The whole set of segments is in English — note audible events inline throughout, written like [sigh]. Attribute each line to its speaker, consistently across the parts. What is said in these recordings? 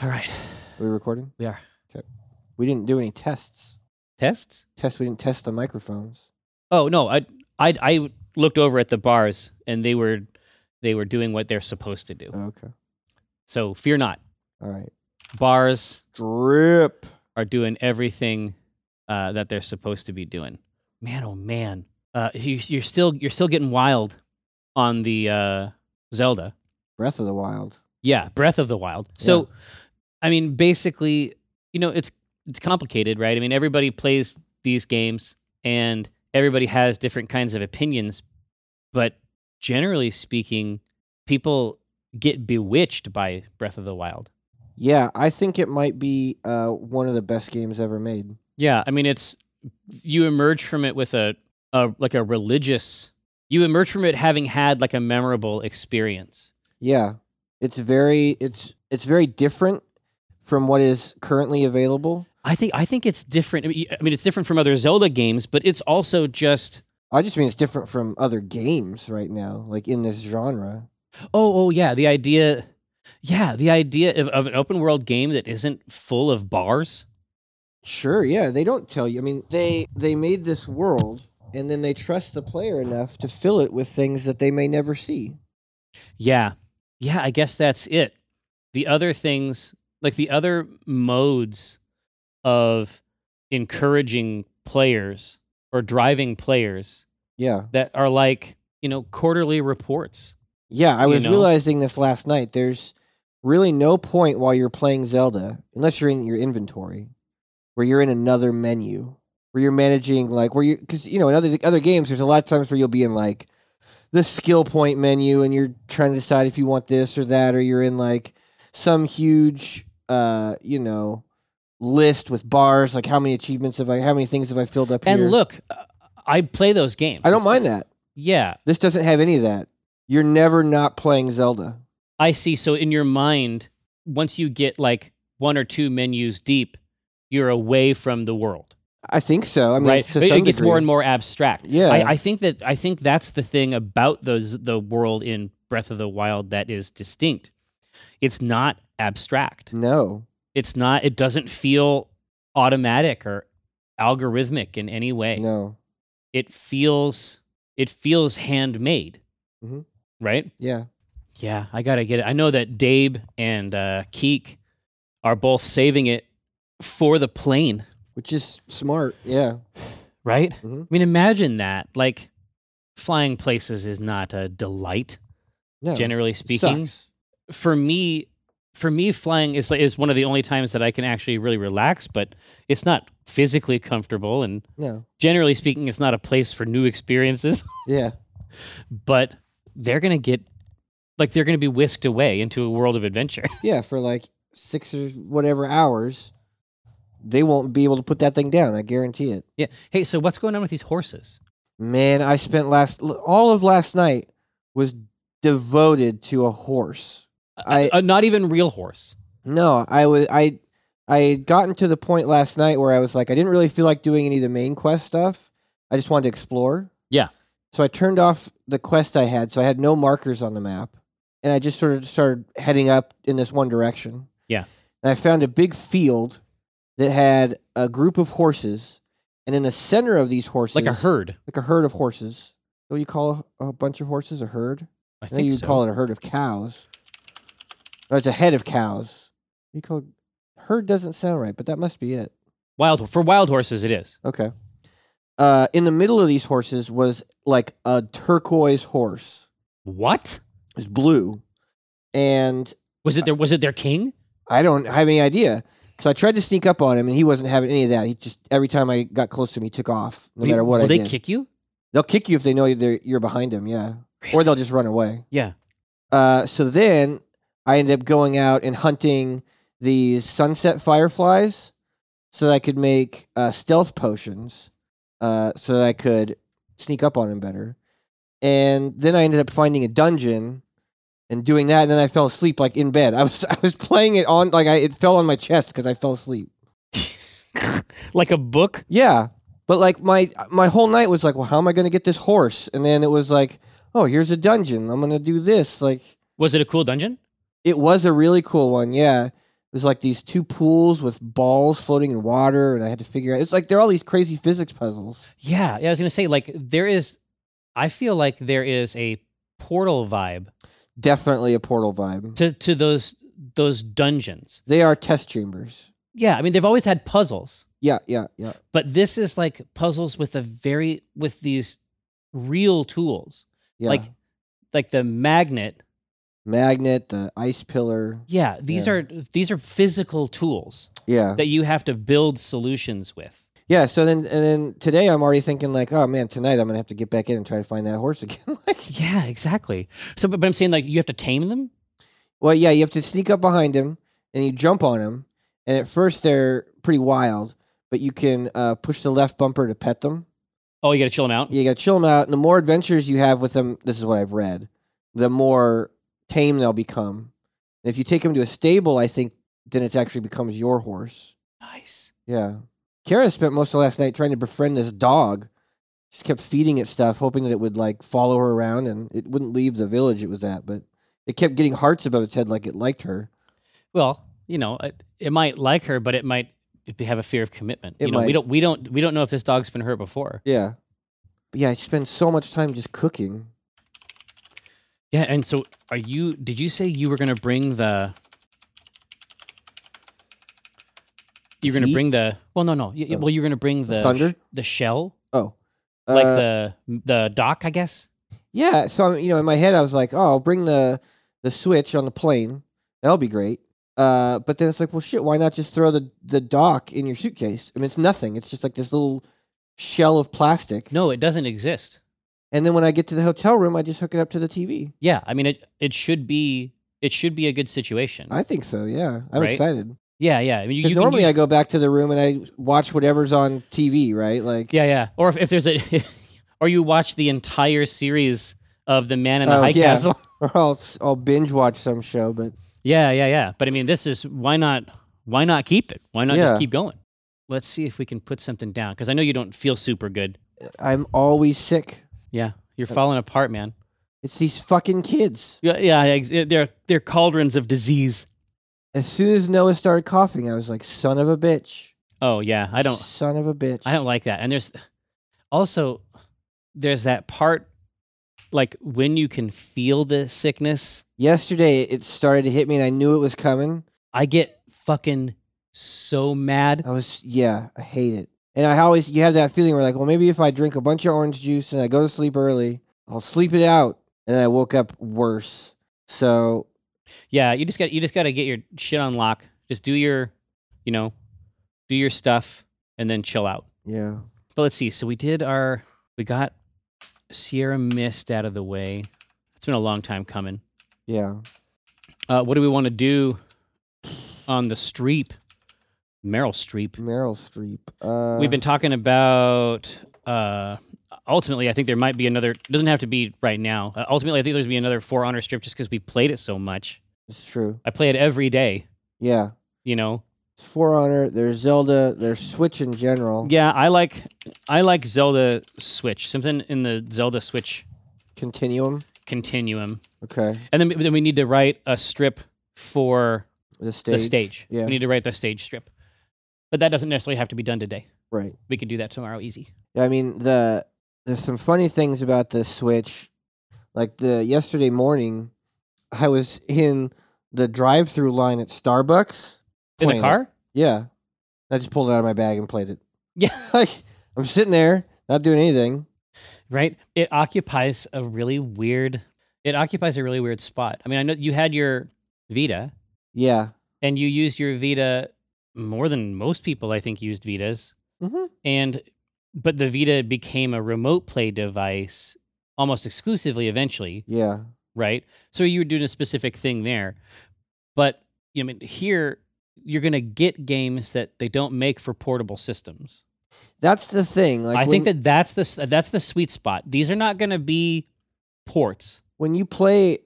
Speaker 1: All right.
Speaker 2: Are we recording?
Speaker 1: We are.
Speaker 2: We didn't do any tests.
Speaker 1: Tests?
Speaker 2: Test. We didn't test the microphones.
Speaker 1: Oh no, I I I looked over at the bars and they were they were doing what they're supposed to do.
Speaker 2: Okay.
Speaker 1: So fear not.
Speaker 2: All right.
Speaker 1: Bars
Speaker 2: Drip.
Speaker 1: are doing everything uh, that they're supposed to be doing. Man, oh man. Uh, you, you're still you're still getting wild on the uh, Zelda.
Speaker 2: Breath of the Wild.
Speaker 1: Yeah, Breath of the Wild. So, I mean, basically, you know, it's it's complicated, right? I mean, everybody plays these games and everybody has different kinds of opinions, but generally speaking, people get bewitched by Breath of the Wild.
Speaker 2: Yeah, I think it might be uh, one of the best games ever made.
Speaker 1: Yeah, I mean, it's you emerge from it with a, a like a religious. You emerge from it having had like a memorable experience.
Speaker 2: Yeah, it's very it's it's very different from what is currently available.
Speaker 1: I think I think it's different. I mean, y- I mean, it's different from other Zelda games, but it's also just
Speaker 2: I just mean it's different from other games right now, like in this genre.
Speaker 1: Oh, oh yeah, the idea, yeah, the idea of, of an open world game that isn't full of bars.
Speaker 2: Sure, yeah, they don't tell you. I mean, they they made this world and then they trust the player enough to fill it with things that they may never see.
Speaker 1: Yeah, yeah, I guess that's it. The other things, like the other modes of encouraging players or driving players
Speaker 2: Yeah.
Speaker 1: that are like you know quarterly reports.
Speaker 2: Yeah, I
Speaker 1: you
Speaker 2: was
Speaker 1: know?
Speaker 2: realizing this last night. There's really no point while you're playing Zelda, unless you're in your inventory, where you're in another menu, where you're managing like where you because you know in other other games there's a lot of times where you'll be in like the skill point menu and you're trying to decide if you want this or that, or you're in like some huge uh you know list with bars like how many achievements have I how many things have I filled up here.
Speaker 1: And look, uh, I play those games.
Speaker 2: I don't
Speaker 1: It's
Speaker 2: mind
Speaker 1: like-
Speaker 2: that.
Speaker 1: Yeah,
Speaker 2: This doesn't have any of that. You're never not playing Zelda.
Speaker 1: I see. So in your mind, once you get like one or two menus deep, you're away from the world,
Speaker 2: I think so. I mean,
Speaker 1: right?
Speaker 2: to
Speaker 1: It,
Speaker 2: some
Speaker 1: it gets more
Speaker 2: degree.
Speaker 1: and more abstract.
Speaker 2: Yeah.
Speaker 1: I, I think that I think that's the thing about those the world in Breath of the Wild that is distinct. It's not abstract.
Speaker 2: No.
Speaker 1: It's not. It doesn't feel automatic or algorithmic in any way.
Speaker 2: No.
Speaker 1: It feels it feels handmade,
Speaker 2: Mhm.
Speaker 1: right?
Speaker 2: Yeah.
Speaker 1: Yeah, I gotta get it. I know that Dabe and uh, Keek are both saving it for the plane,
Speaker 2: Which is smart. Yeah.
Speaker 1: right?
Speaker 2: Mhm.
Speaker 1: I mean, imagine that. Like, flying places is not a delight,
Speaker 2: No.
Speaker 1: generally
Speaker 2: it
Speaker 1: speaking.
Speaker 2: sucks.
Speaker 1: For me, for me, flying is like, is one of the only times that I can actually really relax. But it's not physically comfortable, and
Speaker 2: No.
Speaker 1: generally speaking, it's not a place for new experiences. [laughs]
Speaker 2: Yeah.
Speaker 1: but they're gonna get like they're gonna be whisked away into a world of adventure. [laughs]
Speaker 2: Yeah. For like six or whatever hours, they won't be able to put that thing down. I guarantee it.
Speaker 1: Yeah. Hey, so what's going on with these horses?
Speaker 2: Man, I spent last l- all of last night was devoted to a horse. I-
Speaker 1: uh, not even real horse.
Speaker 2: No, I was I I had gotten to the point last night where I was like I didn't really feel like doing any of the main quest stuff. I just wanted to explore.
Speaker 1: Yeah.
Speaker 2: So I turned off the quest I had, so I had no markers on the map, and I just sort of started heading up in this one direction.
Speaker 1: Yeah.
Speaker 2: And I found a big field that had a group of horses, and in the center of these horses,
Speaker 1: Like a herd.
Speaker 2: like a herd of horses. What do you call a, a bunch of horses? A herd?
Speaker 1: I
Speaker 2: I think
Speaker 1: think
Speaker 2: you
Speaker 1: so.
Speaker 2: call it a herd of cows. No, it's a head of cows. You call herd doesn't sound right, but that must be it.
Speaker 1: wild for wild horses it is.
Speaker 2: Okay. Uh, in the middle of these horses was like a turquoise horse.
Speaker 1: What?
Speaker 2: It's blue, and
Speaker 1: Was it their was it their king?
Speaker 2: I don't have any idea. So I tried to sneak up on him, and he wasn't having any of that. He just every time I got close to him, he took off. No
Speaker 1: Will-
Speaker 2: matter what
Speaker 1: Will
Speaker 2: I
Speaker 1: they
Speaker 2: did,
Speaker 1: kick you? [laughs]
Speaker 2: they'll kick you if they know they're- you're behind them. Yeah, or they'll just run away.
Speaker 1: Yeah.
Speaker 2: Uh, so then I ended up going out and hunting these sunset fireflies so that I could make uh, stealth potions uh, so that I could sneak up on him better. And then I ended up finding a dungeon and doing that. And then I fell asleep like in bed. I was [laughs] I was playing it on like I, it fell on my chest because I fell asleep.
Speaker 1: Like a book?
Speaker 2: Yeah, but like my my whole night was like, well, how am I going to get this horse? And then it was like, oh, here's a dungeon. I'm going to do this like.
Speaker 1: Was it a cool dungeon?
Speaker 2: It was a really cool one, yeah. There's like these two pools with balls floating in water, and I had to figure out. It's like there are all these crazy physics puzzles.
Speaker 1: Yeah, yeah. I was gonna say like there is. I feel like there is a portal vibe
Speaker 2: Definitely a portal vibe.
Speaker 1: to to those those dungeons.
Speaker 2: They are test chambers.
Speaker 1: Yeah, I mean they've always had puzzles,
Speaker 2: Yeah, yeah, yeah.
Speaker 1: but this is like puzzles with a very with these real tools
Speaker 2: yeah.
Speaker 1: like like the magnet.
Speaker 2: magnet, the ice pillar.
Speaker 1: Yeah, Uh-huh. these
Speaker 2: Yeah.
Speaker 1: are these are physical tools
Speaker 2: Yeah,
Speaker 1: that you have to build solutions with.
Speaker 2: yeah. So then, and then today, I'm already thinking like, oh man, tonight I'm gonna have to get back in and try to find that horse again. [laughs] like,
Speaker 1: Yeah, exactly. So, but, but I'm saying like you have to tame them.
Speaker 2: well, yeah, you have to sneak up behind him and you jump on him. And at first, they're pretty wild, but you can uh, push the left bumper to pet them.
Speaker 1: Oh, you got to chill them out.
Speaker 2: You gotta chill them out. And the more adventures you have with them, this is what I've read, the more tame they'll become. And if you take them to a stable, I think then it actually becomes your horse.
Speaker 1: Nice.
Speaker 2: Yeah. Kara spent most of last night trying to befriend this dog. She just kept feeding it stuff, hoping that it would like follow her around and it wouldn't leave the village it was at, but it kept getting hearts above its head like it liked her.
Speaker 1: Well, you know, it, it might like her, but it might be- have a fear of commitment.
Speaker 2: It
Speaker 1: you know,
Speaker 2: might.
Speaker 1: we don't we don't we don't know if this dog's been hurt before.
Speaker 2: Yeah. But yeah, I spend so much time just cooking.
Speaker 1: Yeah, and so are you? Did you say you were going to bring the? You're going to
Speaker 2: Heat?
Speaker 1: bring the. Well, no, no. y- y-
Speaker 2: Oh.
Speaker 1: well, you're going to bring
Speaker 2: The
Speaker 1: the
Speaker 2: thunder?
Speaker 1: the shell,
Speaker 2: Oh.
Speaker 1: like
Speaker 2: Uh,
Speaker 1: the the dock, I guess.
Speaker 2: Yeah, so you know, in my head, I was like, "Oh, I'll bring the the switch on the plane. That'll be great." Uh, but then it's like, "Well, shit, why not just throw the the dock in your suitcase?" I mean, it's nothing. It's just like this little shell of plastic.
Speaker 1: No, it doesn't exist.
Speaker 2: And then when I get to the hotel room, I just hook it up to the TV.
Speaker 1: Yeah, I mean it. It should be. It should be a good situation.
Speaker 2: I think so. Yeah,
Speaker 1: Mm.
Speaker 2: I'm
Speaker 1: Right?
Speaker 2: excited.
Speaker 1: yeah, yeah. I mean, you,
Speaker 2: Because
Speaker 1: you can
Speaker 2: normally
Speaker 1: use-
Speaker 2: I go back to the room and I watch whatever's on TV. Right? Like,
Speaker 1: Yeah, yeah. Or if, if there's a, [laughs] or you watch the entire series of the Man in the
Speaker 2: Oh,
Speaker 1: High
Speaker 2: yeah.
Speaker 1: Castle.
Speaker 2: or [laughs] I'll s- I'll binge watch some show. But
Speaker 1: Yeah, yeah, yeah. But I mean, this is why not? Why not keep it? Why not
Speaker 2: Yeah.
Speaker 1: just keep going? Let's see if we can put something down because I know you don't feel super good.
Speaker 2: I'm always sick.
Speaker 1: Yeah, you're
Speaker 2: Uh,
Speaker 1: falling apart, man.
Speaker 2: It's these fucking kids.
Speaker 1: Yeah, yeah. ex- They're they're cauldrons of disease.
Speaker 2: As soon as Noah started coughing, I was like, "Son of a bitch."
Speaker 1: Oh yeah, I don't
Speaker 2: Son of a bitch.
Speaker 1: I don't like that. And there's also there's that part like when you can feel the sickness.
Speaker 2: Yesterday, it started to hit me, and I knew it was coming.
Speaker 1: I get fucking so mad.
Speaker 2: I was, yeah, I hate it. And I always, you have that feeling where, like, well, maybe if I drink a bunch of orange juice and I go to sleep early, I'll sleep it out. And then I woke up worse. So
Speaker 1: Yeah, you just got you just got to get your shit on lock. Just do your, you know, do your stuff and then chill out.
Speaker 2: yeah,
Speaker 1: But let's see. So we did our we got Sierra Mist out of the way. It's been a long time coming.
Speaker 2: yeah.
Speaker 1: Uh, what do we want to do on the streep? Meryl Streep.
Speaker 2: Meryl Streep. Uh,
Speaker 1: We've been talking about. Uh, ultimately, I think there might be another. It doesn't have to be right now. Uh, ultimately, I think there's be another For Honor strip just because we played it so much.
Speaker 2: It's true.
Speaker 1: I play it every day.
Speaker 2: Yeah.
Speaker 1: You know,
Speaker 2: It's For Honor. There's Zelda. There's Switch in general.
Speaker 1: Yeah, I like I like Zelda Switch. Something in the Zelda Switch
Speaker 2: Continuum.
Speaker 1: continuum.
Speaker 2: Okay.
Speaker 1: And then, then we need to write a strip for
Speaker 2: The stage.
Speaker 1: the stage.
Speaker 2: Yeah.
Speaker 1: We need to write the stage strip. But that doesn't necessarily have to be done today.
Speaker 2: right.
Speaker 1: We could do that tomorrow easy.
Speaker 2: Yeah, I mean the there's some funny things about the Switch. Like the yesterday morning, I was in the drive-through line at Starbucks.
Speaker 1: In
Speaker 2: playing
Speaker 1: a
Speaker 2: it.
Speaker 1: car?
Speaker 2: Yeah, I just pulled it out of my bag and played it.
Speaker 1: Yeah.
Speaker 2: [laughs] Like I'm sitting there not doing anything.
Speaker 1: Right? It occupies a really weird it occupies a really weird spot. I mean, I know you had your Vita
Speaker 2: Yeah.
Speaker 1: and you used your Vita more than most people I think used Vitas.
Speaker 2: hmm
Speaker 1: and but the Vita became a remote play device almost exclusively eventually,
Speaker 2: Yeah.
Speaker 1: right? So you were doing a specific thing there, but you know, I mean, here you're going to get games that they don't make for portable systems.
Speaker 2: That's the thing. Like
Speaker 1: I
Speaker 2: when,
Speaker 1: think that that's the s- that's the sweet spot. These are not going to be ports.
Speaker 2: when you play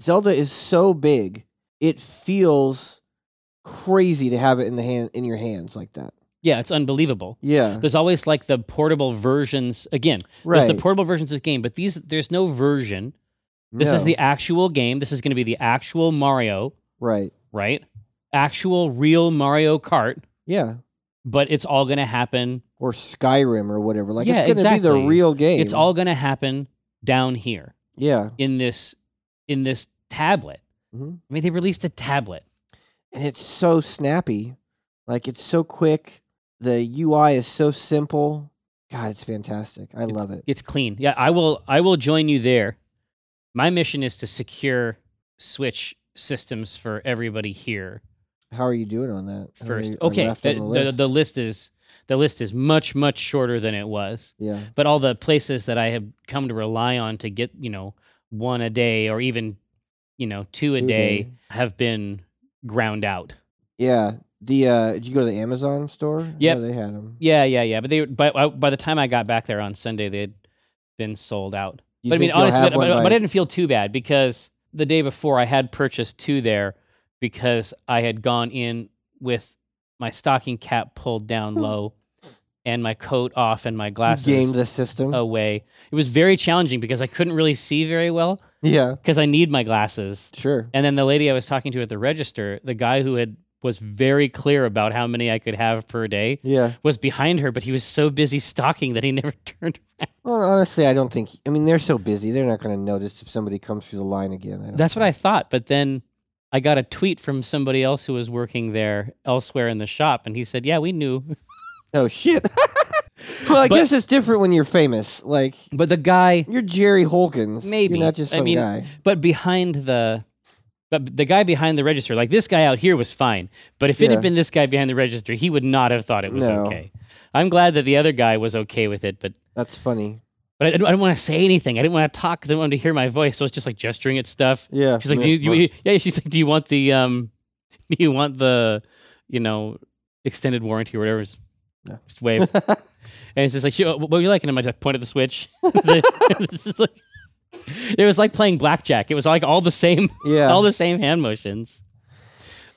Speaker 2: Zelda is so big, it feels crazy to have it in the hand in your hands like that.
Speaker 1: Yeah, it's unbelievable.
Speaker 2: Yeah.
Speaker 1: There's always like the portable versions. Again,
Speaker 2: Right.
Speaker 1: there's the portable versions of the game, but these there's no version. This is
Speaker 2: No.
Speaker 1: the actual game. This is going to be the actual Mario.
Speaker 2: right.
Speaker 1: right? actual real Mario Kart,
Speaker 2: Yeah.
Speaker 1: but it's all going to happen.
Speaker 2: Or Skyrim or whatever. Like
Speaker 1: Yeah,
Speaker 2: it's going to be the
Speaker 1: exactly.
Speaker 2: real game.
Speaker 1: It's all going to happen down here
Speaker 2: yeah.
Speaker 1: in this in this tablet.
Speaker 2: Mhm.
Speaker 1: I mean, they released a tablet.
Speaker 2: and it's so snappy. Like it's so quick. The UI is so simple. God, it's fantastic. I love it.
Speaker 1: It's clean. Yeah, I will. I will join you there. My mission is to secure Switch systems for everybody here
Speaker 2: How are you doing on that? How
Speaker 1: first.
Speaker 2: many are
Speaker 1: okay,
Speaker 2: left
Speaker 1: the,
Speaker 2: on
Speaker 1: the, the, list is the list is much much shorter than it was.
Speaker 2: yeah,
Speaker 1: But all the places that I have come to rely on to get you know one a day or even you know two a
Speaker 2: Two a
Speaker 1: day,
Speaker 2: day.
Speaker 1: have been ground out.
Speaker 2: yeah. The uh, did you go to the Amazon store? I
Speaker 1: Yep.
Speaker 2: know they had them.
Speaker 1: Yeah, yeah, yeah. But they by by- by the time I got back there on Sunday, they had been sold out.
Speaker 2: You
Speaker 1: but I mean,
Speaker 2: think you'll
Speaker 1: honestly,
Speaker 2: have
Speaker 1: but,
Speaker 2: one
Speaker 1: but-
Speaker 2: by-
Speaker 1: but I didn't feel too bad because the day before I had purchased two there because I had gone in with my stocking cap pulled down low and my coat off and my
Speaker 2: Hmm. you Hmm.
Speaker 1: glasses Oh.
Speaker 2: game the system.
Speaker 1: away. It was very challenging because I couldn't really see very well
Speaker 2: [laughs] Yeah,
Speaker 1: because I need my glasses.
Speaker 2: sure.
Speaker 1: And then the lady I was talking to at the register, the guy who had was very clear about how many I could have per day
Speaker 2: Yeah.
Speaker 1: was behind her, but he was so busy stalking that he [laughs] never turned.
Speaker 2: Well, honestly, I don't think. I mean, they're so busy; they're not going to notice if somebody comes through the line again. I don't
Speaker 1: That's what I
Speaker 2: think.
Speaker 1: thought. But then I got a tweet from somebody else who was working there elsewhere in the shop, and he said, "Yeah, we knew." [laughs]
Speaker 2: Oh shit. [laughs] well, I
Speaker 1: But-
Speaker 2: guess it's different when you're famous. Like
Speaker 1: But the guy,
Speaker 2: you're Jerry Holkins.
Speaker 1: Maybe.
Speaker 2: you're not just
Speaker 1: I
Speaker 2: some
Speaker 1: mean,
Speaker 2: guy.
Speaker 1: but behind the. But the guy behind the register, like this guy out here, was fine. But if it
Speaker 2: Yeah.
Speaker 1: had been this guy behind the register, he would not have thought it was
Speaker 2: No.
Speaker 1: okay. I'm glad that the other guy was okay with it, but
Speaker 2: That's funny.
Speaker 1: but I didn't, I didn't want to say anything. I didn't want to talk because I wanted to hear my voice. So I was just like gesturing at stuff.
Speaker 2: Yeah.
Speaker 1: She's like, do you, you- [laughs] yeah. She's like, do you want the um, [laughs] do you want the, you know, extended warranty or whatever? Just-
Speaker 2: No.
Speaker 1: Just wave.
Speaker 2: [laughs]
Speaker 1: and it's just like, she, oh, what were you like? And I just point at the switch. [laughs] It's just like- it was like playing blackjack. It was like all the same,
Speaker 2: yeah.
Speaker 1: all the same hand motions.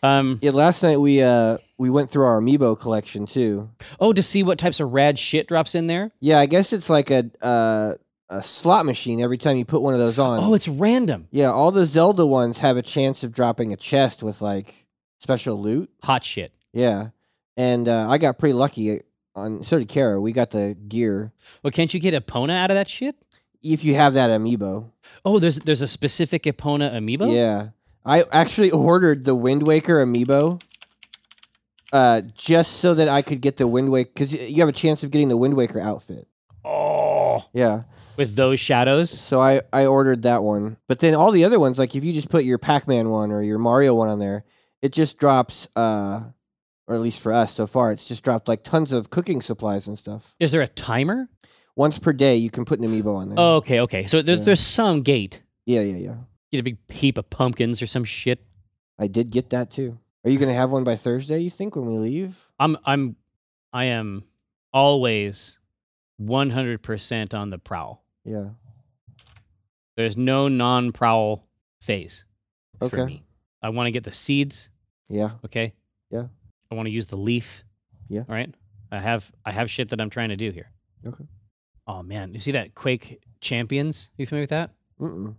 Speaker 1: Um.
Speaker 2: yeah. Last night we uh we went through our amiibo collection too.
Speaker 1: Oh, to see what types of rad shit drops in there.
Speaker 2: Yeah, I guess it's like a uh, a slot machine every time you put one of those on.
Speaker 1: Oh, it's random.
Speaker 2: yeah, all the Zelda ones have a chance of dropping a chest with like special loot.
Speaker 1: Hot shit.
Speaker 2: Yeah, and uh, I got pretty lucky. On so did Kara. We got the gear.
Speaker 1: Well, can't you get Epona out of that shit?
Speaker 2: If you have that amiibo,
Speaker 1: Oh, there's there's a specific Epona amiibo.
Speaker 2: yeah. I actually ordered the Wind Waker amiibo. Uh, just so that I could get the Wind Waker, because you have a chance of getting the Wind Waker outfit.
Speaker 1: Oh,
Speaker 2: Yeah.
Speaker 1: with those shadows.
Speaker 2: So I, I ordered that one. But then all the other ones, like if you just put your Pac Man one or your Mario one on there, it just drops, uh, or at least for us so far, it's just dropped like tons of cooking supplies and stuff.
Speaker 1: Is there a timer?
Speaker 2: Once per day, you can put an amiibo on there.
Speaker 1: Oh, okay, okay. So there's
Speaker 2: Mm. Yeah.
Speaker 1: there's some gate.
Speaker 2: Yeah, yeah, yeah.
Speaker 1: Get a big heap of pumpkins or some shit.
Speaker 2: I did get that too. Are you going to have one by Thursday, you think, when we leave?
Speaker 1: I'm I'm I am always 100% on the prowl.
Speaker 2: Yeah.
Speaker 1: There's no non-prowl phase
Speaker 2: Okay.
Speaker 1: for me. I want to get the seeds,
Speaker 2: Yeah.
Speaker 1: okay?
Speaker 2: Yeah.
Speaker 1: I want to use the leaf.
Speaker 2: Yeah.
Speaker 1: All right? I have I have shit that I'm trying to do here.
Speaker 2: Okay.
Speaker 1: Oh man, you see that Quake Champions? you familiar with that?
Speaker 2: Mm-mm.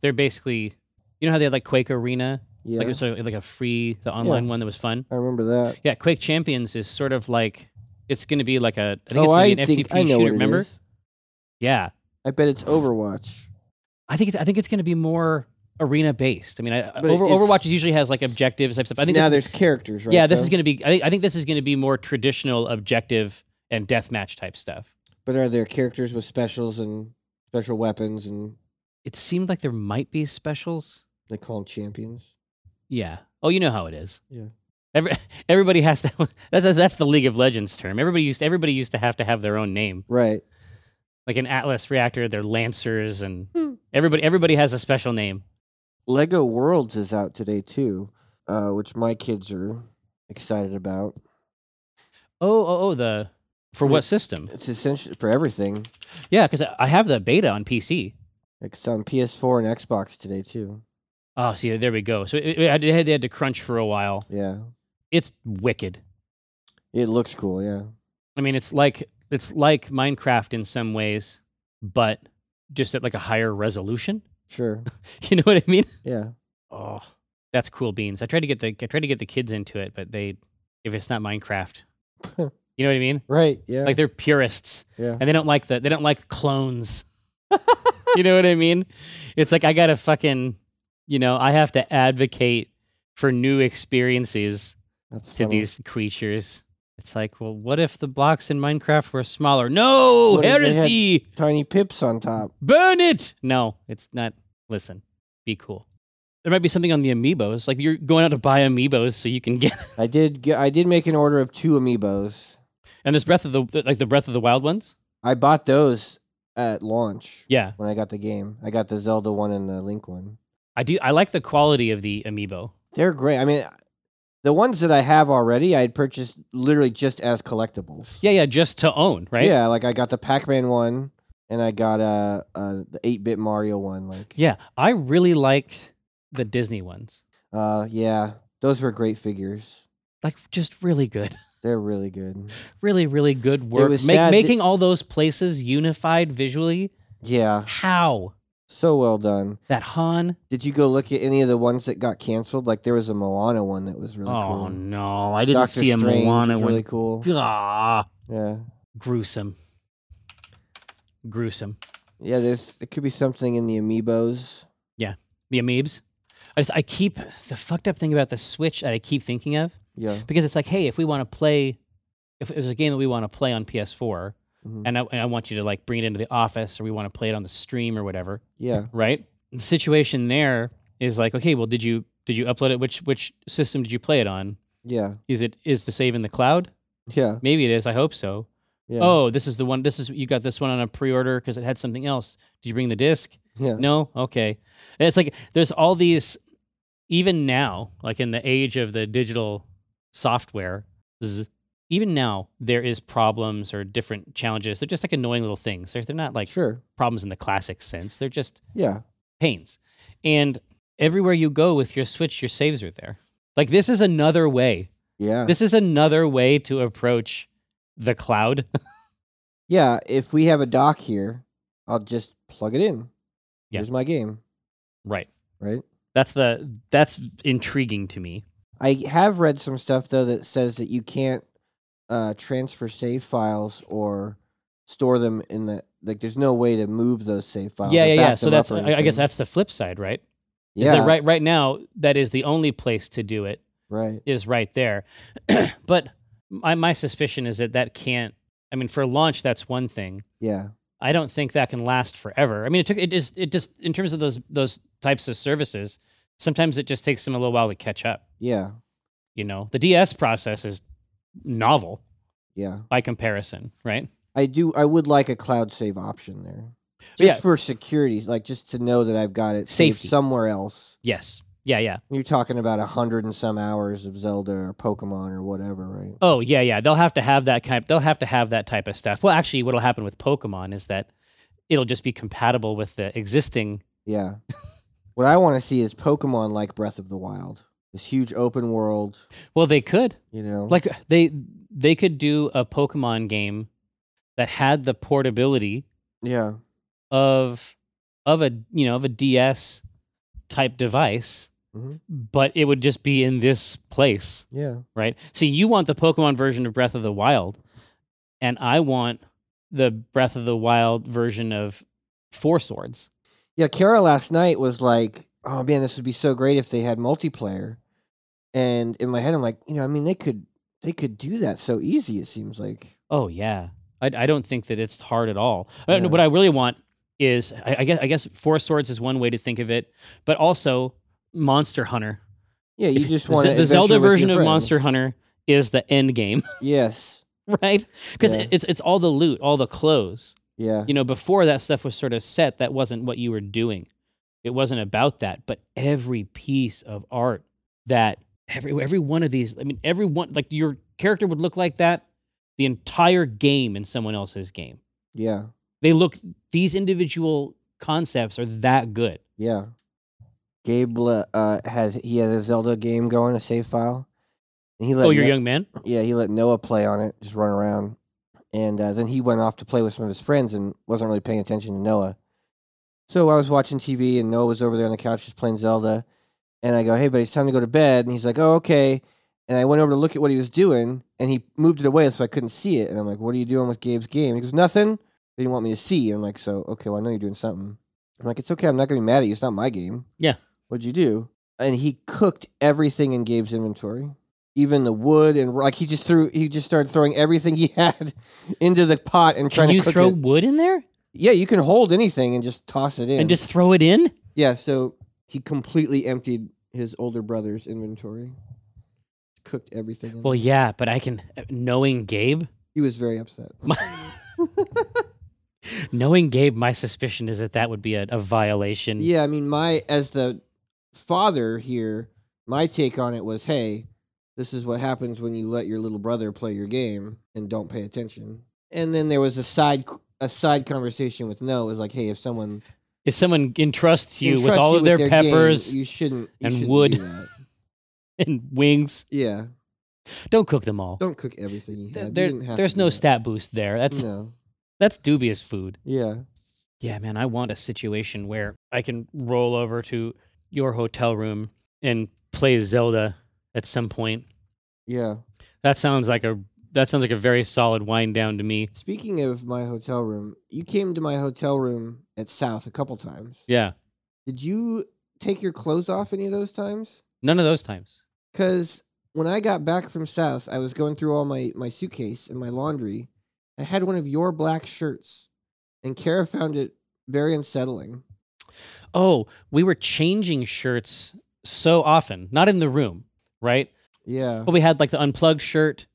Speaker 1: They're basically you know how they had like Quake Arena
Speaker 2: Yeah.
Speaker 1: Like it was a, like a free the online one that was fun.
Speaker 2: I remember that.
Speaker 1: Yeah, Quake Champions is sort of like it's going to be like a I think
Speaker 2: oh, I
Speaker 1: it's gonna be an
Speaker 2: think
Speaker 1: FTP
Speaker 2: I know
Speaker 1: shooter.
Speaker 2: what it
Speaker 1: remember?
Speaker 2: is.
Speaker 1: Yeah,
Speaker 2: I bet it's Overwatch.
Speaker 1: I think it's I think it's going to be more arena based. I mean, I,
Speaker 2: But
Speaker 1: Over,
Speaker 2: it's-
Speaker 1: Overwatch usually has like objectives type stuff. I think
Speaker 2: now
Speaker 1: this,
Speaker 2: there's characters, right?
Speaker 1: yeah, this
Speaker 2: though?
Speaker 1: is going to be I think, I think this is going to be more traditional objective and deathmatch type stuff.
Speaker 2: But are there characters with specials and special weapons and
Speaker 1: It seemed like there might be specials.
Speaker 2: They call them champions.
Speaker 1: Yeah. Oh, you know how it is.
Speaker 2: Yeah.
Speaker 1: Every, [laughs] everybody has to. That's that's- that's the League of Legends term. Everybody used everybody used to have to have their own name.
Speaker 2: Right.
Speaker 1: like an Atlas reactor, they're Lancers, and
Speaker 2: Hmm.
Speaker 1: everybody everybody has a special name.
Speaker 2: Lego Worlds is out today too, uh, which my kids are excited about.
Speaker 1: Oh, oh, oh, the for
Speaker 2: Yeah.
Speaker 1: what system?
Speaker 2: It's essential for everything.
Speaker 1: Yeah, because I have the beta on PC.
Speaker 2: It's on PS4 and Xbox today too.
Speaker 1: Oh, see, there we go. So it, it, they had- they had to crunch for a while.
Speaker 2: Yeah,
Speaker 1: It's wicked.
Speaker 2: it looks cool. Yeah,
Speaker 1: I mean, it's like it's like Minecraft in some ways, but just at like a higher resolution. [laughs]
Speaker 2: sure.
Speaker 1: You know what I mean?
Speaker 2: Yeah,
Speaker 1: Oh, That's cool beans. I tried to get the I tried to get the kids into it, but they if it's not Minecraft, you know what I mean?
Speaker 2: Right. Yeah.
Speaker 1: Like they're purists
Speaker 2: yeah.
Speaker 1: and they don't like the they don't like clones. you know what I mean? It's like I gotta fucking you know I have to advocate for new experiences
Speaker 2: That's
Speaker 1: to
Speaker 2: funny.
Speaker 1: these creatures. It's like, well, what if the blocks in Minecraft were smaller? No,
Speaker 2: What if they had-
Speaker 1: heresy.
Speaker 2: tiny pips on top.
Speaker 1: Burn it! No, it's not. Listen, be cool. There might be something on the amiibos. Like you're going out to buy amiibos so you can get. [laughs]
Speaker 2: I did get, I did make an order of two amiibos.
Speaker 1: And there's Breath of the like the Breath of the Wild ones.
Speaker 2: I bought those at launch
Speaker 1: Yeah,
Speaker 2: when I got the game. I got the Zelda one and the Link one.
Speaker 1: I do. I like the quality of the amiibo.
Speaker 2: They're great. I mean, the ones that I have already, I had purchased literally just as collectibles.
Speaker 1: Yeah, yeah, just to own, right?
Speaker 2: Yeah, like I got the Pac-Man one and I got uh, uh the 8-bit Mario one like
Speaker 1: yeah. I really liked the Disney ones.
Speaker 2: uh yeah, those were great figures.
Speaker 1: Like just really good, [laughs]
Speaker 2: They're really good.
Speaker 1: really, really good work.
Speaker 2: was
Speaker 1: Make,
Speaker 2: sad that-
Speaker 1: making all those places unified visually.
Speaker 2: Yeah,
Speaker 1: How
Speaker 2: so well done.
Speaker 1: that Han?
Speaker 2: Did you go look at any of the ones that got canceled? Like there was a Moana one that was really
Speaker 1: oh
Speaker 2: cool.
Speaker 1: no, I didn't
Speaker 2: Doctor
Speaker 1: see a
Speaker 2: Strange
Speaker 1: Moana
Speaker 2: was
Speaker 1: one.
Speaker 2: really cool.
Speaker 1: Ah.
Speaker 2: Yeah.
Speaker 1: gruesome. Gruesome.
Speaker 2: Yeah, there's it could be something in the amiibos.
Speaker 1: The amoebs. I just I keep the fucked up thing about the Switch that I keep thinking of
Speaker 2: Yeah.
Speaker 1: because it's like, hey, if we want to play, if it was a game that we want to play on PS4,
Speaker 2: Mhm.
Speaker 1: and I, and I want you to like bring it into the office, or we want to play it on the stream or whatever,
Speaker 2: Yeah.
Speaker 1: right? The situation there is like, okay, well, did you did you upload it? Which which system did you play it on?
Speaker 2: Yeah.
Speaker 1: Is it is the save in the cloud?
Speaker 2: Yeah.
Speaker 1: Maybe it is. I hope so.
Speaker 2: Yeah.
Speaker 1: Oh, this is the one. This is you got this one on a pre-order because it had something else. Did you bring the disc?
Speaker 2: Yeah.
Speaker 1: No, okay. And It's like there's all these, even now, like in the age of the digital software, zzz, even now there is problems or different challenges. They're just like annoying little things. They're, they're not like
Speaker 2: sure.
Speaker 1: problems in the classic sense. They're just
Speaker 2: Yeah.
Speaker 1: pains. And everywhere you go with your Switch, your saves are there. Like this is another way.
Speaker 2: Yeah.
Speaker 1: This is another way to approach the cloud. [laughs]
Speaker 2: yeah, if we have a dock here, I'll just plug it in.
Speaker 1: Yeah.
Speaker 2: Here's my game,
Speaker 1: right.
Speaker 2: right?
Speaker 1: That's the that's intriguing to me.
Speaker 2: I have read some stuff though that says that you can't uh, transfer save files or store them in the like. There's no way to move those save files.
Speaker 1: yeah,
Speaker 2: or
Speaker 1: yeah,
Speaker 2: back
Speaker 1: yeah. So
Speaker 2: them up
Speaker 1: that's
Speaker 2: or
Speaker 1: I, I guess
Speaker 2: anything.
Speaker 1: that's the flip side, right? Is
Speaker 2: yeah,
Speaker 1: that right right now that is the only place to do it
Speaker 2: Right.
Speaker 1: is right there. [clears throat] but my my suspicion is that that can't I mean for launch that's one thing.
Speaker 2: Yeah,
Speaker 1: I don't think that can last forever. I mean it took it just it just in terms of those those types of services, sometimes it just takes them a little while to catch up,
Speaker 2: yeah,
Speaker 1: you know. The DS process is novel
Speaker 2: yeah.
Speaker 1: by comparison, right?
Speaker 2: I do. I would like a cloud save option there, just
Speaker 1: yeah.
Speaker 2: for security, like just to know that I've got it
Speaker 1: Safety.
Speaker 2: saved somewhere else.
Speaker 1: Yes. Yeah, yeah.
Speaker 2: You're talking about a hundred and some hours of Zelda or Pokemon or whatever, right?
Speaker 1: Oh yeah, yeah. They'll have to have that kind. They'll have to have that type of stuff. Well, actually, what'll happen with Pokemon is that it'll just be compatible with the existing. [laughs]
Speaker 2: Yeah. what I want to see is Pokemon like Breath of the Wild, this huge open world.
Speaker 1: Well, they could
Speaker 2: You know,
Speaker 1: like they they could do a Pokemon game that had the portability
Speaker 2: yeah,
Speaker 1: of of a you know of a DS type device,
Speaker 2: Mhm.
Speaker 1: but it would just be in this place,
Speaker 2: yeah,
Speaker 1: right? So you want the Pokemon version of Breath of the Wild, and I want the Breath of the Wild version of Four Swords.
Speaker 2: yeah. Kara last night was like, "Oh man, this would be so great if they had multiplayer." And in my head, I'm like, you know, I mean, they could they could do that so easy. It seems like.
Speaker 1: Oh yeah, I, I don't think that it's hard at all. I-
Speaker 2: Yeah.
Speaker 1: What I really want is, I, I guess, I guess Four Swords is one way to think of it, but also Monster Hunter.
Speaker 2: Yeah, you
Speaker 1: If-
Speaker 2: just
Speaker 1: the
Speaker 2: want
Speaker 1: Ze- the, Zelda version of Monster Hunter is the end game, [laughs]
Speaker 2: Yes.
Speaker 1: right? Because
Speaker 2: Yeah.
Speaker 1: it's it's all the loot, all the clothes.
Speaker 2: Yeah.
Speaker 1: You know, before that stuff was sort of set, that wasn't what you were doing. It wasn't about that, but every piece of art that every every one of these, I mean, every one like your character would look like that the entire game in someone else's game.
Speaker 2: Yeah.
Speaker 1: they look these individual concepts are that good
Speaker 2: Yeah. Gabe le- uh, has he had a Zelda game going, a save file. And he let
Speaker 1: oh you're a
Speaker 2: No-
Speaker 1: young man
Speaker 2: Yeah, he let Noah play on it, just run around. And uh, then he went off to play with some of his friends and wasn't really paying attention to Noah. So I was watching TV and Noah was over there on the couch just playing Zelda. And I go, hey, but it's time to go to bed. And he's like, oh, okay. And I went over to look at what he was doing, and he moved it away so I couldn't see it. And I'm like, what are you doing with Gabe's game? He goes, nothing. They didn't want me to see. And I'm like, so, okay, well, I know you're doing something. I'm like, it's okay. I'm not going to be mad at you. It's not my game.
Speaker 1: Yeah.
Speaker 2: What'd you do? And he cooked everything in Gabe's inventory, even the wood. And like, he just threw, he just started throwing everything [laughs] he had into the pot and trying
Speaker 1: Can you
Speaker 2: to cook
Speaker 1: throw
Speaker 2: it.
Speaker 1: wood in there
Speaker 2: Yeah, you can hold anything and just toss it in.
Speaker 1: and just throw it in?
Speaker 2: Yeah, so he completely emptied his older brother's inventory, cooked everything. in.
Speaker 1: Well, yeah, but I can knowing Gabe.
Speaker 2: he was very upset.
Speaker 1: my- knowing Gabe, my suspicion is that that would be a, a violation.
Speaker 2: Yeah, I mean, my as the father here, my take on it was, hey, this is what happens when you let your little brother play your game and don't pay attention. And then there was a side a side conversation with no. It was like, hey, if someone
Speaker 1: If someone entrusts you with
Speaker 2: entrusts
Speaker 1: all
Speaker 2: you
Speaker 1: of their,
Speaker 2: game,
Speaker 1: peppers
Speaker 2: you shouldn't you
Speaker 1: and
Speaker 2: shouldn't
Speaker 1: wood.
Speaker 2: do that.
Speaker 1: and wings,
Speaker 2: Yeah,
Speaker 1: don't cook them all.
Speaker 2: don't cook everything you
Speaker 1: There-
Speaker 2: had. You
Speaker 1: there-
Speaker 2: didn't have
Speaker 1: there's
Speaker 2: to
Speaker 1: no
Speaker 2: do that.
Speaker 1: stat boost there. That's
Speaker 2: No.
Speaker 1: that's dubious food.
Speaker 2: Yeah.
Speaker 1: Yeah, man, I want a situation where I can roll over to your hotel room and play Zelda at some point.
Speaker 2: Yeah.
Speaker 1: That sounds like a that sounds like a very solid wind down to me.
Speaker 2: Speaking of my hotel room, you came to my hotel room at South a couple times.
Speaker 1: Yeah.
Speaker 2: Did you take your clothes off any of those times?
Speaker 1: None of those times.
Speaker 2: Because when I got back from South, I was going through all my, my suitcase and my laundry. I had one of your black shirts, and Kara found it very unsettling.
Speaker 1: Oh, we were changing shirts so often, not in the room, right?
Speaker 2: Yeah.
Speaker 1: But we had like the unplugged shirt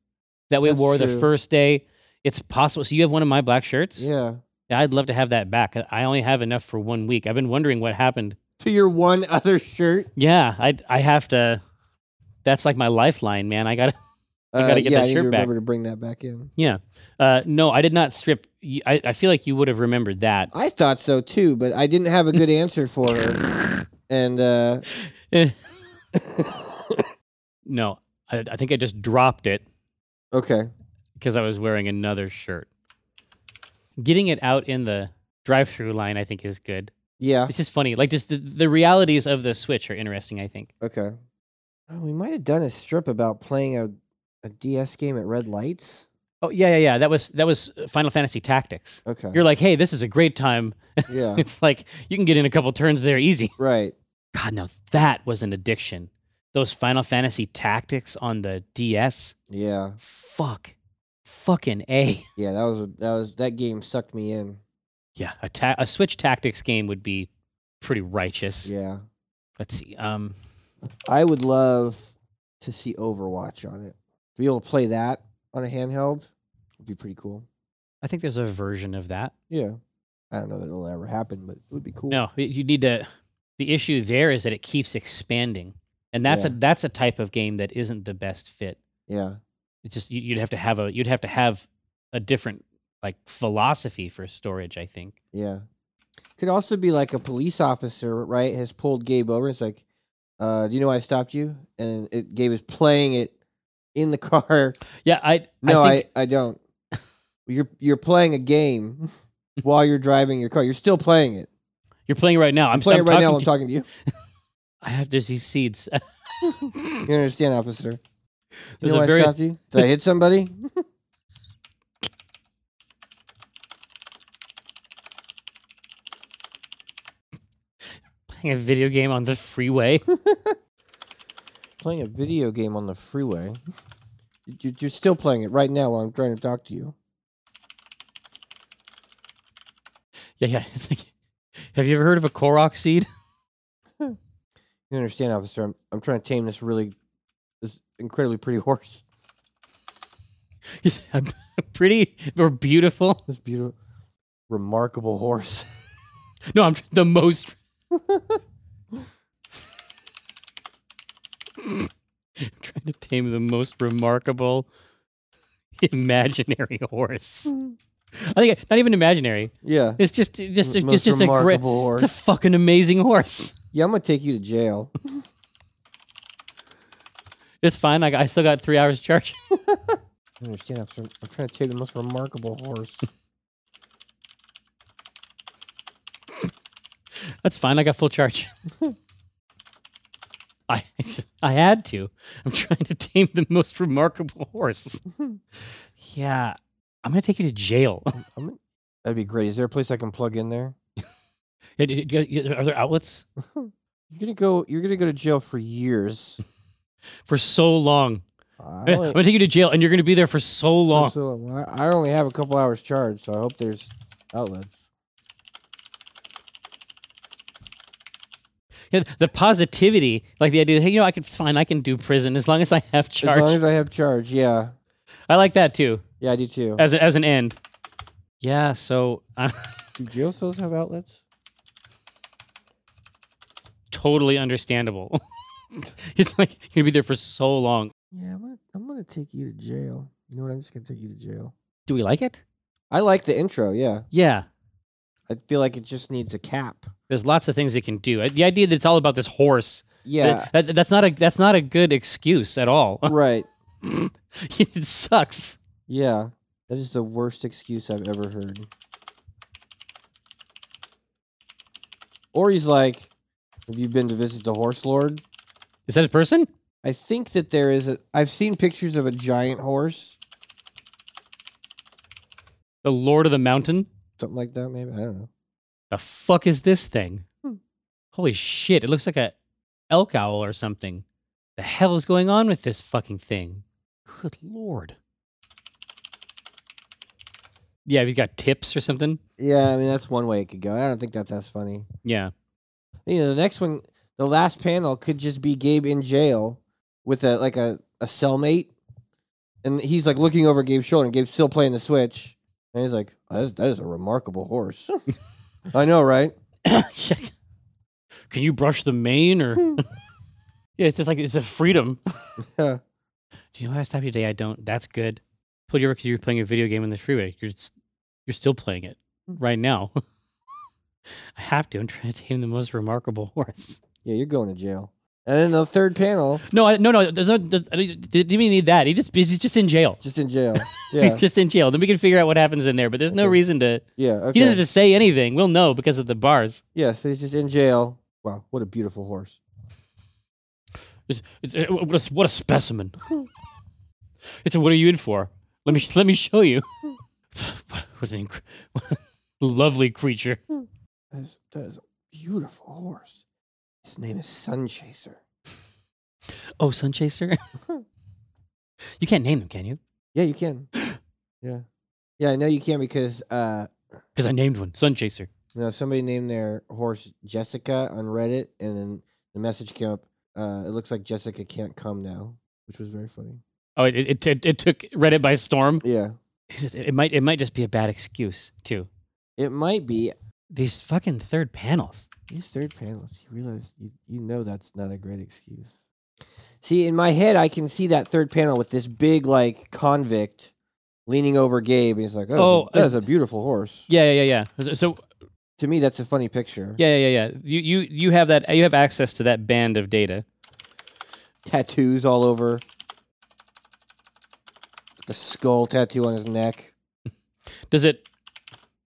Speaker 1: that we
Speaker 2: That's
Speaker 1: wore the
Speaker 2: true.
Speaker 1: first day. It's possible. So you have one of my black shirts?
Speaker 2: Yeah.
Speaker 1: Yeah, I'd love to have that back. I- I only have enough for one week. I've been wondering what happened.
Speaker 2: To your one other shirt.
Speaker 1: Yeah, I I have to. That's like my lifeline, man. I got to
Speaker 2: I
Speaker 1: gotta [laughs] get
Speaker 2: Uh, yeah,
Speaker 1: that
Speaker 2: I need to
Speaker 1: shirt back.
Speaker 2: remember to bring that back in.
Speaker 1: Yeah. Uh, no, I did not strip. y- I, I feel like you would have remembered that.
Speaker 2: I thought so too, but I didn't have a good answer for her.
Speaker 1: [laughs]
Speaker 2: And uh,
Speaker 1: Eh. no, I, I think I just dropped it
Speaker 2: okay.
Speaker 1: because I was wearing another shirt. Getting it out in the drive-through line, I think, is good.
Speaker 2: Yeah.
Speaker 1: It's just funny. Like, just the, the realities of the Switch are interesting. I think.
Speaker 2: Okay. Oh, we might have done a strip about playing a, a DS game at red lights.
Speaker 1: Oh yeah, yeah, yeah. That was that was uh, Final Fantasy Tactics.
Speaker 2: Okay.
Speaker 1: You're like, hey, this is a great time.
Speaker 2: yeah.
Speaker 1: [laughs] It's like you can get in a couple turns there easy.
Speaker 2: Right.
Speaker 1: God, now that was an addiction. Those Final Fantasy Tactics on the DS.
Speaker 2: Yeah.
Speaker 1: Fuck. Fucking A.
Speaker 2: Yeah. That was a, that was that game sucked me in.
Speaker 1: Yeah, a, ta- a Switch Tactics game would be pretty righteous.
Speaker 2: Yeah.
Speaker 1: Let's see. Um,
Speaker 2: I would love to see Overwatch on it. To be able to play that on a handheld would be pretty cool.
Speaker 1: I think there's a version of that.
Speaker 2: Yeah. I don't know that it'll ever happen, but it would be cool.
Speaker 1: No, y- you need to. The issue there is that it keeps expanding, and that's a
Speaker 2: Yeah.
Speaker 1: that's a type of game that isn't the best fit.
Speaker 2: Yeah.
Speaker 1: It just you- you'd have to have a you'd have to have a different like philosophy for storage. I think.
Speaker 2: Yeah. Could also be like a police officer, right? Has pulled Gabe over. It's like, uh, do you know why I stopped you? And it, Gabe is playing it in the [laughs] car.
Speaker 1: Yeah, I
Speaker 2: No,
Speaker 1: I
Speaker 2: I,
Speaker 1: think,
Speaker 2: I, [laughs] don't. You're you're playing a game [laughs] while you're driving your car. You're still playing it.
Speaker 1: you're playing right now. I'm,
Speaker 2: playing
Speaker 1: I'm
Speaker 2: it right
Speaker 1: talking
Speaker 2: now. I'm
Speaker 1: to-
Speaker 2: talking to you.
Speaker 1: I have there's these seeds. [laughs]
Speaker 2: [laughs] You don't understand, officer? Do
Speaker 1: There's
Speaker 2: you know
Speaker 1: a
Speaker 2: why
Speaker 1: very-
Speaker 2: I stopped [laughs] you? Did I hit somebody?
Speaker 1: playing a video game on the
Speaker 2: [laughs]
Speaker 1: freeway.
Speaker 2: playing a video game on the freeway. You're, you're still playing it right now while I'm trying to talk to you.
Speaker 1: yeah, yeah. It's like, have you ever heard of a Korok seed? [laughs]
Speaker 2: You don't understand, officer? I'm I'm trying to tame this really this incredibly pretty [laughs] horse.
Speaker 1: Pretty or beautiful?
Speaker 2: This beautiful, remarkable horse.
Speaker 1: No, I'm tr- the most. [laughs] I'm trying to tame the most remarkable imaginary horse. I think not even imaginary.
Speaker 2: [laughs] Yeah.
Speaker 1: It's just just
Speaker 2: m-
Speaker 1: it's
Speaker 2: most
Speaker 1: just a great.
Speaker 2: remarkable
Speaker 1: It's a
Speaker 2: horse.
Speaker 1: fucking amazing horse.
Speaker 2: yeah, I'm gonna take you to jail.
Speaker 1: It's fine. I, got- I still got three hours charge.
Speaker 2: [laughs]
Speaker 1: [laughs]
Speaker 2: I don't understand. officer. I'm, trying to tame the most remarkable horse.
Speaker 1: That's fine. [laughs] I got full charge. I had to. I'm trying to tame the most remarkable
Speaker 2: [laughs]
Speaker 1: horse. yeah. I'm going to take you to jail.
Speaker 2: [laughs] That'd be great. Is there a place I can plug in there?
Speaker 1: Yeah, d- d- d- Are there outlets?
Speaker 2: You're gonna go. You're gonna go to jail for years.
Speaker 1: For so long.
Speaker 2: I
Speaker 1: [laughs] I'm
Speaker 2: only,
Speaker 1: going to take you to jail and you're going to be there for so long.
Speaker 2: so, I- I only have a couple hours charge, so I hope there's outlets.
Speaker 1: Yeah, the positivity, like the idea that, hey, you know, I can, it's fine. I can do prison as long as I have charge.
Speaker 2: As long as I have charge, yeah,
Speaker 1: I like that too
Speaker 2: yeah, I do too.
Speaker 1: as, a, as an end. Yeah. So uh, I'm
Speaker 2: Do jail cells have outlets?
Speaker 1: [laughs] totally understandable. [laughs] it's like you're going to be there for so long.
Speaker 2: Yeah, I'm gonna, I'm gonna take you to jail. You know what? I'm just gonna take you to jail.
Speaker 1: Do we like it?
Speaker 2: I like the intro. Yeah,
Speaker 1: Yeah.
Speaker 2: I feel like it just needs a cap.
Speaker 1: There's lots of things it can do. Uh, The idea that it's all about this horse.
Speaker 2: Yeah,
Speaker 1: that- that- that's not a that's not a good excuse at all. [laughs]
Speaker 2: [laughs] right.
Speaker 1: it sucks.
Speaker 2: Yeah, that is the worst excuse I've ever heard. Or he's like, "Have you been to visit the horse lord?"
Speaker 1: Is that a person?
Speaker 2: I think that there is a. I've seen pictures of a giant horse,
Speaker 1: The Lord of the Mountain?
Speaker 2: something like that. Maybe I don't know.
Speaker 1: The fuck is this thing?
Speaker 2: Hmm.
Speaker 1: Holy shit! It looks like a elk owl or something. The hell is going on with this fucking thing? Good lord. Yeah, he's got tips or something.
Speaker 2: Yeah, I mean that's one way it could go. I don't think that's as funny.
Speaker 1: Yeah. [coughs]
Speaker 2: You know, the next one, the last panel could just be Gabe in jail with a like a a cellmate, and he's like looking over Gabe's shoulder, and Gabe's still playing the switch, and he's like, "That is, that is a remarkable [laughs] horse." I know, right?
Speaker 1: Can you brush the mane
Speaker 2: [laughs]
Speaker 1: or?
Speaker 2: Hmm.
Speaker 1: yeah, it's just like it's a freedom. [laughs]
Speaker 2: Yeah.
Speaker 1: Do you know how I stopped you today? I don't. That's good. Pulled you over because you were playing a video game on the freeway. You're s- you're still playing it
Speaker 2: Hmm.
Speaker 1: right now. [laughs] I have to. I'm trying to tame the most remarkable [laughs] horse.
Speaker 2: Yeah, you're going to jail. And then the third panel,
Speaker 1: No, I, no, no. There's no. There's, I don't- didn't even need that. He just he's just in jail. [laughs]
Speaker 2: just in [laughs] jail. Yeah,
Speaker 1: He's just in jail. Then we can figure out what happens in there. But there's no
Speaker 2: Okay.
Speaker 1: reason to.
Speaker 2: yeah,
Speaker 1: He doesn't
Speaker 2: okay.
Speaker 1: have to say anything. We'll know because of the bars.
Speaker 2: Yeah, so he's just in jail. Wow, what a beautiful horse.
Speaker 1: It's, it's, uh, what, a, what a specimen. it's a, what are you in for? Let me let me show you. [laughs] It's a- what, what an inc- [laughs] lovely creature.
Speaker 2: That is, that is a beautiful horse. His name is Sunchaser.
Speaker 1: Oh, Sun Chaser. [laughs] you can't name them, can you?
Speaker 2: Yeah, you [gasps] can. yeah. Yeah, I know you can because uh
Speaker 1: Because I named one, Sun Chaser.
Speaker 2: you know, somebody named their horse Jessica on Reddit and then the message came up, uh, it looks like Jessica can't come now, which was very funny.
Speaker 1: Oh, it it, it, it took Reddit by storm.
Speaker 2: Yeah.
Speaker 1: It, just- it might it might just be a bad excuse too.
Speaker 2: It might be
Speaker 1: These fucking third panels.
Speaker 2: these third panels, you realize you, you know that's not a great excuse. See, in my head I can see that third panel with this big like convict leaning over Gabe and he's like, Oh,
Speaker 1: Oh,
Speaker 2: that
Speaker 1: uh,
Speaker 2: is a beautiful horse.
Speaker 1: Yeah, yeah, yeah, yeah. So- So
Speaker 2: To me that's a funny picture.
Speaker 1: yeah, yeah, yeah, yeah. You you you have that you have access to that band of data.
Speaker 2: tattoos all over. A skull tattoo on his neck.
Speaker 1: Does it?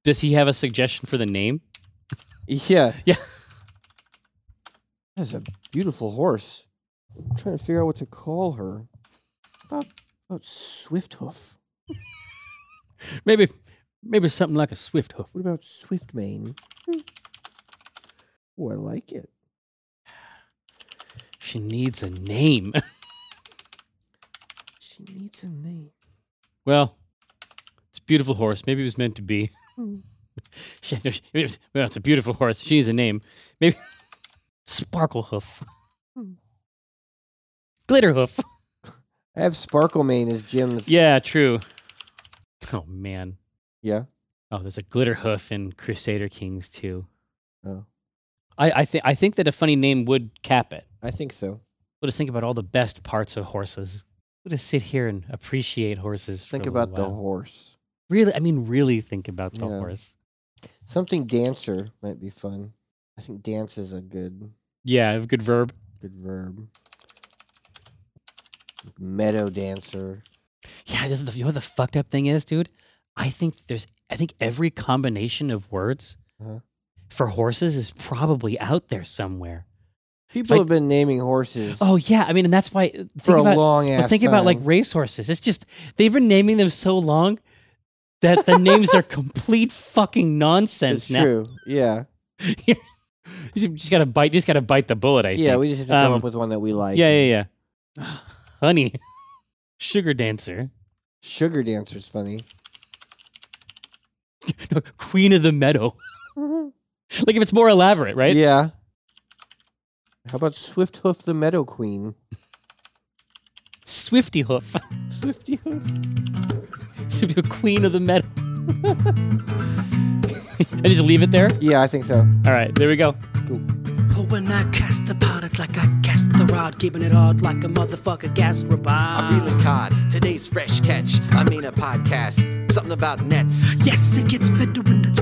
Speaker 1: Does he have a suggestion for the name?
Speaker 2: Yeah.
Speaker 1: Yeah.
Speaker 2: That's a beautiful horse. I'm trying to figure out what to call her. About, about Swift Hoof.
Speaker 1: Maybe maybe something like a swift hoof.
Speaker 2: What about Swift Mane? Oh, I like it.
Speaker 1: She needs a name. [laughs]
Speaker 2: She needs a name.
Speaker 1: well, it's a beautiful horse. Maybe it was meant to be.
Speaker 2: Hmm.
Speaker 1: [laughs] She- no, she- it was- well, it's a beautiful horse. She needs a name. Maybe [laughs] Sparklehoof.
Speaker 2: Hmm. [laughs]
Speaker 1: Glitterhoof.
Speaker 2: I have Sparkle Mane as Jim's.
Speaker 1: Yeah, true. Oh man.
Speaker 2: Yeah.
Speaker 1: Oh, there's a glitterhoof in Crusader Kings too.
Speaker 2: Oh.
Speaker 1: I, I think I think that a funny name would cap it.
Speaker 2: I think so.
Speaker 1: We'll just think about all the best parts of horses. We'll just sit here and appreciate horses. for
Speaker 2: Think
Speaker 1: a little
Speaker 2: about the
Speaker 1: while.
Speaker 2: horse.
Speaker 1: really. I mean, really think about the
Speaker 2: Yeah.
Speaker 1: horse.
Speaker 2: Something dancer might be fun. I think dance is a good
Speaker 1: Yeah, a good verb.
Speaker 2: Good verb. Meadow dancer.
Speaker 1: Yeah, this is the, you know what the fucked up thing is, dude? I think there's, I think every combination of words
Speaker 2: Uh-huh.
Speaker 1: for horses is probably out there somewhere.
Speaker 2: People
Speaker 1: Like-
Speaker 2: have been naming horses
Speaker 1: Oh yeah, I mean, and that's why think
Speaker 2: for a
Speaker 1: about,
Speaker 2: long
Speaker 1: well,
Speaker 2: ass.
Speaker 1: think about like
Speaker 2: time.
Speaker 1: racehorses. It's just they've been naming them so long that the names
Speaker 2: [laughs]
Speaker 1: are complete fucking nonsense
Speaker 2: It's
Speaker 1: now.
Speaker 2: true. Yeah,
Speaker 1: You just gotta bite. You just gotta bite the bullet. I
Speaker 2: yeah.
Speaker 1: think.
Speaker 2: We just have to come
Speaker 1: Um,
Speaker 2: up with one that we like.
Speaker 1: yeah, yeah,
Speaker 2: [sighs]
Speaker 1: yeah. Honey, sugar dancer,
Speaker 2: Sugar dancer's funny.
Speaker 1: No, queen of the meadow. [laughs] Mm-hmm. Like if it's more elaborate, right?
Speaker 2: Yeah. How about Swift Hoof the Meadow Queen?
Speaker 1: Swifty hoof,
Speaker 2: Swifty Hoof.
Speaker 1: Swifty Hoof, queen of the meadow. [laughs] and just leave it there.
Speaker 2: Yeah, I think so.
Speaker 1: All right, there we go.
Speaker 3: But when I cast the pot, it's like I cast the rod, keeping it hard like a motherfucker gas robot.
Speaker 4: I'm reeling cod. Today's fresh catch. I mean a podcast. Something about nets.
Speaker 3: Yes, it gets better when it's